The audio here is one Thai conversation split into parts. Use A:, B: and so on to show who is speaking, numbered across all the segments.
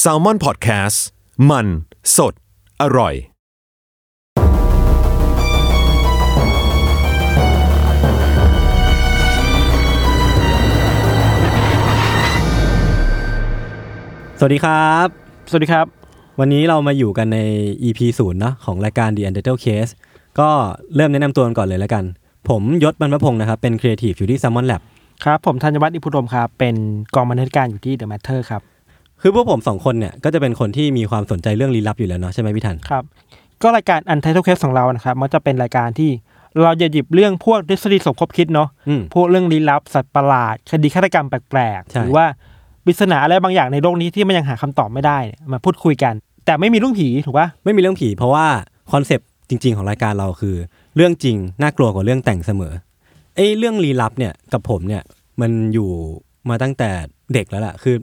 A: แซลมอนพอดแคสต์มันสดอร่อย
B: สวัสดีครับ
C: สวัสดีครับ
B: วันนี้เรามาอยู่กันใน EP ศูนย์เนอะของรายการ The Undertale Case ก็เริ่มแนะนำตัวกันก่อนเลยแล้วกัน ผมยศบรรพพงศ์นะครับ เป็นครีเอทีฟอยู่ที่ Salmon Lab
C: ครับ ผมธัญวัฒน์อิพุดมครับ เป็นกองบรรณาธิการอยู่ที่ The Matter ครับ
B: คือพวกผมสองคนเนี่ย ก็จะเป็นคนที่มีความสนใจเรื่องลี้ลับอยู่แล้วเนาะใช่ไหมพี่ทัน
C: ครับ ก็รายการ Untitled Case ของเรานะครับ มันจะเป็นรายการที่เราจะหยิบเรื่องพวกทฤษฎีสมคบคิดเนาะ
B: อืม
C: พวกเรื่องลี้ลับ สัตว์ประหลาด คดีฆาตกรรมแปลก
B: ใช่
C: ๆ หรือว่าปริศนาอะไรบางอย่างในโลกนี้ที่มันยังหาคำตอบไม่ได้เนี่ยมาพูดคุยกัน แต่ไม่มีเรื่องผีถูกปะ
B: ไม่มีเรื่องผีเพราะว่าคอนเซปต์จริง ๆ ของรายการเราคือ เรื่องจริงน่ากลัวกว่าเรื่องแต่งเสมอไอ้เรื่องลี้ลับเนี่ยกับผมเนี่ยมันอยู่มาตั้งแต่เด็กแล้วล่ะคือ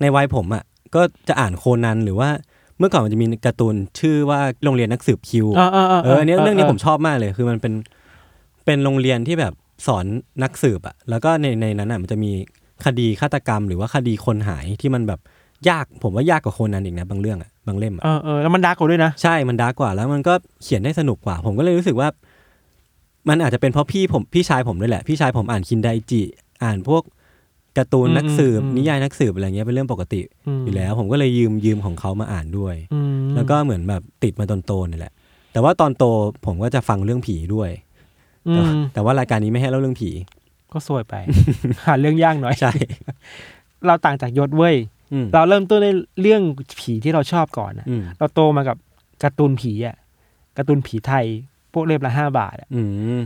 B: ในวัยผมอะ่ะก็จะอ่านโคนันหรือว่าเมื่อก่อนมันจะมีการ์ตูนชื่อว่าโรงเรียนนักสืบคิว
C: เออ
B: เออเนี่ยเรื่องนี้ผมชอบมากเลย คือมันเป็นเป็นโรงเรียนที่แบบสอนนักสืบอะแล้วก็ในในนั้นอะมันจะมีคดีฆาตกรรม หรือว่าคดีคนหายที่มันแบบยากผมว่ายากกว่าโคนนั้นอีกนะบางเรื่องอะบางเล่มอะ
C: เออเออแล้วมันดาร์กกว่าด้วยนะ
B: ใช่มันดาร์กกว่าแล้วมันก็เขียนได้สนุกกว่า ผมก็เลยรู้สึกว่า มันอาจจะเป็นเพราะพี่ผมพี่ชายผมด้วยแหละพี่ชายผมอ่านคินไดจิ อ่านพวกการ์ตูน
C: อืม
B: นักสืบ
C: อืม
B: นิยายนักสืบอะไรเงี้ยเป็นเรื่องปกติ
C: อืม
B: อยู่แล้ว ผมก็เลยยืมยืมของเขามาอ่านด้วย
C: อืม
B: แล้วก็เหมือนแบบติดมาตอนโตนี่แหละ แต่ว่าตอนโตผมก็จะฟังเรื่องผีด้วย
C: อื
B: แต่
C: ม
B: แต่ว่ารายการนี้ไม่ให้เล่าเรื่องผี
C: ก็สวย ไป หาเรื่องยากหน่อย
B: ใช่
C: เราต่างจากยศเว้ย
B: อืม
C: เราเริ่มต้นในเรื่องผีที่เราชอบก่อนนะ
B: อืม
C: เราโตมากับการ์ตูนผีอ่ะการ์ตูนผีไทย พวกเล่มละห้าบาทอะ
B: อืม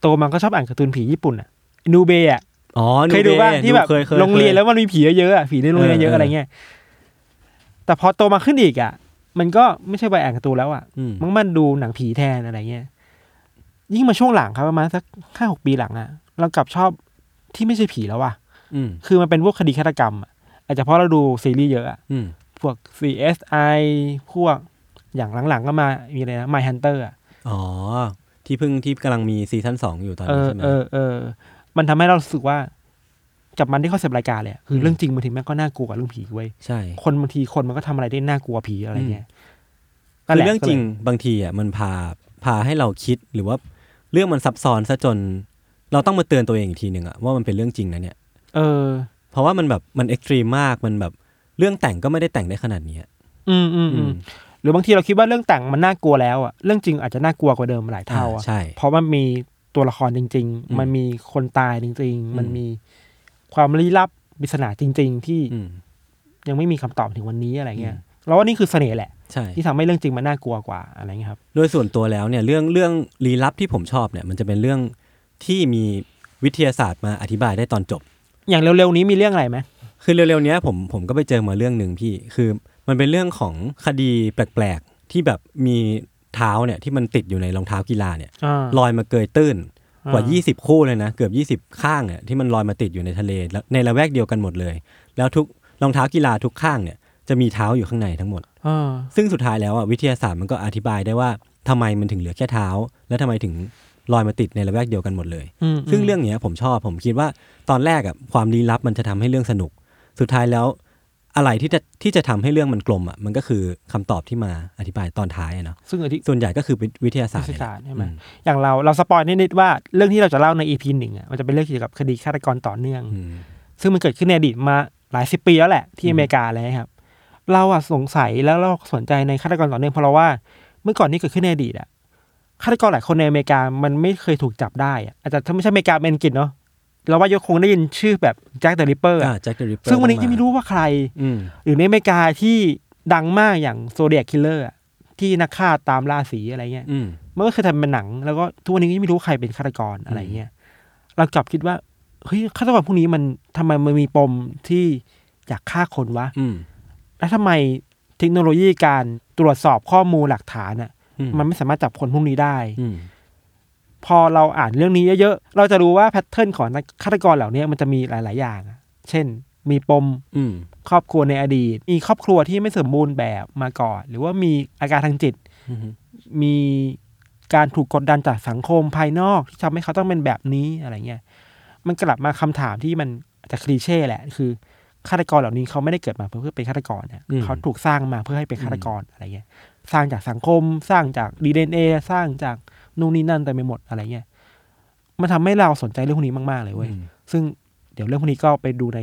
C: โตมาก็ชอบอ่านการ์ตูนผีญี่ปุ่นอ่ะนูเบะอะ
B: อ๋อ
C: เคยดูบ้างที่แบบ
B: เคยเคย
C: โรงเรียนแล้วมันมีผีเยอะๆอะผีในโรงเรียนเย
B: เออเออ
C: อะ
B: อ
C: อะไรเงี้ยแต่พอโตมาขึ้นอีกอ่ะ มันก็ไม่ใช่ไปอ่านการ์ตูนแล้วอ่ะ
B: อืม
C: มันมันดูหนังผีแทนอะไรเงี้ยยิ่งมาช่วงหลังครับประมาณสักห้าหกปีหลังอ่ะ เรากลับชอบที่ไม่ใช่ผีแล้วอ่ะ
B: อืม
C: คือมันเป็นพวกคดีฆาตกรรมอะอาจจะเพราะเราดูซีรีส์เยอะอะ
B: อืม
C: พวก CSI พวกอย่างหลังๆก็มา มีอะไรนะ My Hunter อะ
B: อ๋อ ที่เพิ่งที่กำลังมีซีซั่นสองอยู่ตอน
C: เอ
B: นี้
C: อ
B: ใช่ไหม
C: เออเออ มันทำให้เรารู้สึกว่า กับมันที่เขาเสพรายการเลยอะคือ
B: ม
C: เรื่องจริงบางทีแม่งก็น่ากลัวกว่าเรื่องผีเว้ย
B: ใช่
C: คนบางทีคนมันก็ทำอะไรได้น่ากลัวผีอะไรเงี้ย
B: คือ
C: นั่นแหละ
B: เรื่องจริงบางทีอ่ะมันพาพาให้เราคิดหรือว่าเรื่องมันซับซ้อนซะจน เราต้องมาเตือนตัวเองอีกทีหนึ่งอ่ะว่ามันเป็นเรื่องจริงนะเนี่ย
C: เออ
B: เพราะว่ามันแบบมันเอ็กตรีมมากมันแบบเรื่องแต่งก็ไม่ได้แต่งได้ขนาดนี้อะ
C: อืมอืม
B: อื
C: อื
B: ม
C: มหรือบางทีเราคิดว่าเรื่องแต่งมันน่ากลัวแล้วอะเรื่องจริงอาจจะน่ากลัวกว่าเดิมหลายเท่า
B: อ่
C: อะ
B: ใช่
C: เพราะมันมีตัวละครจริง
B: อืม
C: ๆ มันมีคนตายจริง
B: อืม
C: ๆ มันมีความลี้ลับปริศนาจริง ๆ ที่
B: อืม
C: ยังไม่มีคำตอบถึงวันนี้อะไรเงี้ย
B: อืม
C: เราว่านี่คือเสน่ห์แหละ
B: ใช่
C: ที่ทำให้เรื่องจริงมันน่ากลัวกว่าอะไรเงี้ยครับ
B: โดยส่วนตัวแล้วเนี่ยเรื่องเรื่องลี้ลับที่ผมชอบเนี่ยมันจะเป็นเรื่องที่มีวิทยาศาสตร์มาอธิบายได้ตอนจบ
C: อย่างเร็วๆนี้มีเรื่องอะไรไหม
B: คือเร็วๆเนี้ยผมผมก็ไปเจอมาเรื่องหนึ่งพี่ คือมันเป็นเรื่องของคดีแปลกๆ ที่แบบมีเท้าเนี่ยที่มันติดอยู่ในรองเท้ากีฬาเนี่ย
C: อ่า
B: ลอยมาเกยตื้นกว่า
C: อ่
B: 20 คู่เลยนะเกือบ 20 ข้างเนี่ยที่มันลอยมาติดอยู่ในทะเลแล้วในละแวกเดียวกันหมดเลย แล้วทุกรองเท้ากีฬาทุกข้างเนี่ยจะมีเท้าอยู่ข้างในทั้งหมด
C: อ่า
B: ซึ่งสุดท้ายแล้วอ่ะวิทยาศาสตร์มันก็อธิบายได้ว่าทำไมมันถึงเหลือแค่เท้า และทำไมถึงลอยมาติดในระแวกเดียวกันหมดเลย
C: อืม
B: ซึ่งเรื่องเนี้ยผมชอบผมคิดว่าตอนแรกอ่ะความลี้ลับมันจะทำให้เรื่องสนุก สุดท้ายแล้วอะไรที่จะที่จะทำให้เรื่องมันกลมอ่ะมันก็คือคำตอบที่มาอธิบายตอนท้ายอะเนาะ
C: ซึ่งอนที่
B: ส่วนใหญ่ก็คือวิทยาศาสตร์
C: ศึก
B: เนี่ยแห
C: ษา
B: ละ
C: ใช่ไหม
B: อืม
C: อย่างเราเราสปอยนิดๆว่าเรื่องที่เราจะเล่าในอีพีหนึ่งอ่ะมันจะเป็นเรื่องเกี่ยวกับคดีฆาตกรต่อเนื่อง
B: อืม
C: ซึ่งมันเกิดขึ้นในอดีตมาหลายสิบปีแล้วแหละ ที่
B: อืม
C: อเมริกาเลยนะครับ เราอะสงสัยแล้วเราสนใจในฆาตกรต่อเนื่องเพราะเราว่า เมื่อก่อนนี่เกิดขึ้นในอดีตอะฆาตกรหลายคนในอเมริกามันไม่เคยถูกจับได้อะอาจจะถ้าไม่ใช่อเมริกาเป็นอังกฤษเนาะเราว่ายกคงได้ยินชื่อแบบแจ็คเดอะริปเปอร์
B: อ่าแจ็คเดริปเปอร์
C: ซึ่งวันนี้ยังไม่รู้ว่าใคร
B: อืม
C: หรือในอเมริกาที่ดังมากอย่างโซเดียคิลเลอร์ที่นักฆ่าตามล่าสีอะไรเงี้ย
B: อืม
C: มันก็เคยทำเป็นหนัง แล้วก็ทุกวันนี้ก็ยังไม่รู้ใครเป็นฆาตกรอะไรเงี้ยเรากลับคิดว่าเฮ้ยฆาตกรพวกนี้มันทำไมมันมีปมที่อยากฆ่าคนวะ
B: อืม
C: แล้วทำไมเทคโนโลยีการตรวจสอบข้อมูลหลักฐานอ่ะ
B: อื
C: มันไม่สามารถจับคนพวกนี้ได้
B: อืม
C: พอเราอ่านเรื่องนี้เยอะๆ เราจะรู้ว่าแพทเทิร์นของนักฆาตกรเหล่านี้มันจะมีหลาย ๆ อย่างอะเช่น มีปม
B: อืม
C: ครอบครัวในอดีต มีครอบครัวที่ไม่สมบูรณ์แบบมาก่อน หรือว่ามีอาการทางจิต
B: อืม
C: มีการถูกกดดันจากสังคมภายนอกที่ทำให้เขาต้องเป็นแบบนี้อะไรเงี้ย มันกลับมาคำถามที่มันอาจจะคลีเช่แหละ คือ ฆาตกรเหล่านี้เขาไม่ได้เกิดมาเพื่อเป็นฆาตกรเนี่ย
B: อืม
C: เขาถูกสร้างมาเพื่อให้เป็นฆาตกรอะไรเงี้ยสร้างจากสังคม สร้างจากดีเอ็นเอสร้างจากนู่นนี่นั่นแต่ไปหมดอะไรเงี้ยมันทำให้เราสนใจเรื่องพวกนี้มากๆเลยเว้ยซึ่งเดี๋ยวเรื่องพวกนี้ก็ไปดูใน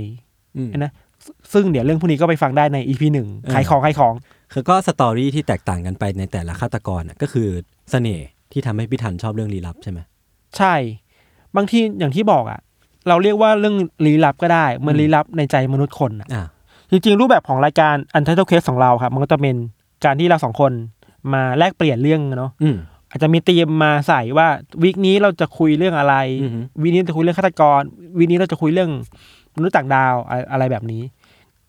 B: อืม
C: ไอ้นะซึ่งซึ่งเดี๋ยวเรื่องพวกนี้ก็ไปฟังได้ในอีพีหนึ่ง
B: เออ
C: ขายของขายของ
B: คือก็สตอรี่ที่แตกต่างกันไปในแต่ละฆาตกรน่ะก็คือเสน่ห์ที่ทำให้พี่ทันชอบเรื่องลี้ลับใช่ไหม
C: ใช่ บางทีอย่างที่บอกอะเราเรียกว่าเรื่องลี้ลับก็ได้มัน
B: อืม
C: ลี้ลับในใจมนุษย์คนอะ
B: อ่า
C: จริงๆ รูปแบบของรายการ Untitled Case ของเราครับ มันก็จะเป็นการที่เราสองคนมาแลกเปลี่ยนเรื่องเนาะ
B: อืม
C: อาจจะมีธีมมาใส่ว่าวีคนี้เราจะคุยเรื่องอะไร
B: อือฮึ
C: วีคนี้จะคุยเรื่องฆาตกรวีคนี้เราจะคุยเรื่องมนุษย์ต่างดาวอะไรอะไรแบบนี้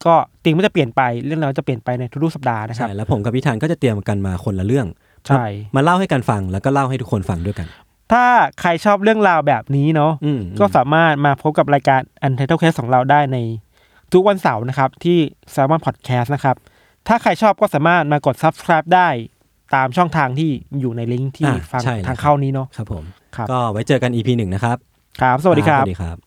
C: ก็ธีมก็จะเปลี่ยนไปเรื่องเราวจะเปลี่ยนไปในทุกๆสัปดาห์นะค
B: ใช่
C: รับ
B: แล้วผมกับพี่ทันก็จะเตรียมกันมาคนละเรื่อง
C: ใช่
B: มาเล่าให้กันฟังแล้วก็เล่าให้ทุกคนฟังด้วยกัน
C: ถ้าใครชอบเรื่องราวแบบนี้เนาะ
B: อืม
C: ก็สามารถมาพบกับรายการ Untitled Case ของเราได้ในทุกวันเสาร์นะครับ ที่ Salmon Podcast นะครับ ถ้าใครชอบก็สามารถมากด subscribe ได้ตามช่องทางที่อยู่ในลิงก์ที่
B: อ่ะ
C: ฟัง
B: ใช่แล้ว
C: ทาง
B: ครับ
C: เข้านี้เนาะ
B: ครับผม
C: ครับ
B: ก็ไว้เจอกัน EP หนึ่งนะครับ
C: ครับ สวัสดีครั
B: ส
C: บ
B: วัสดีครับ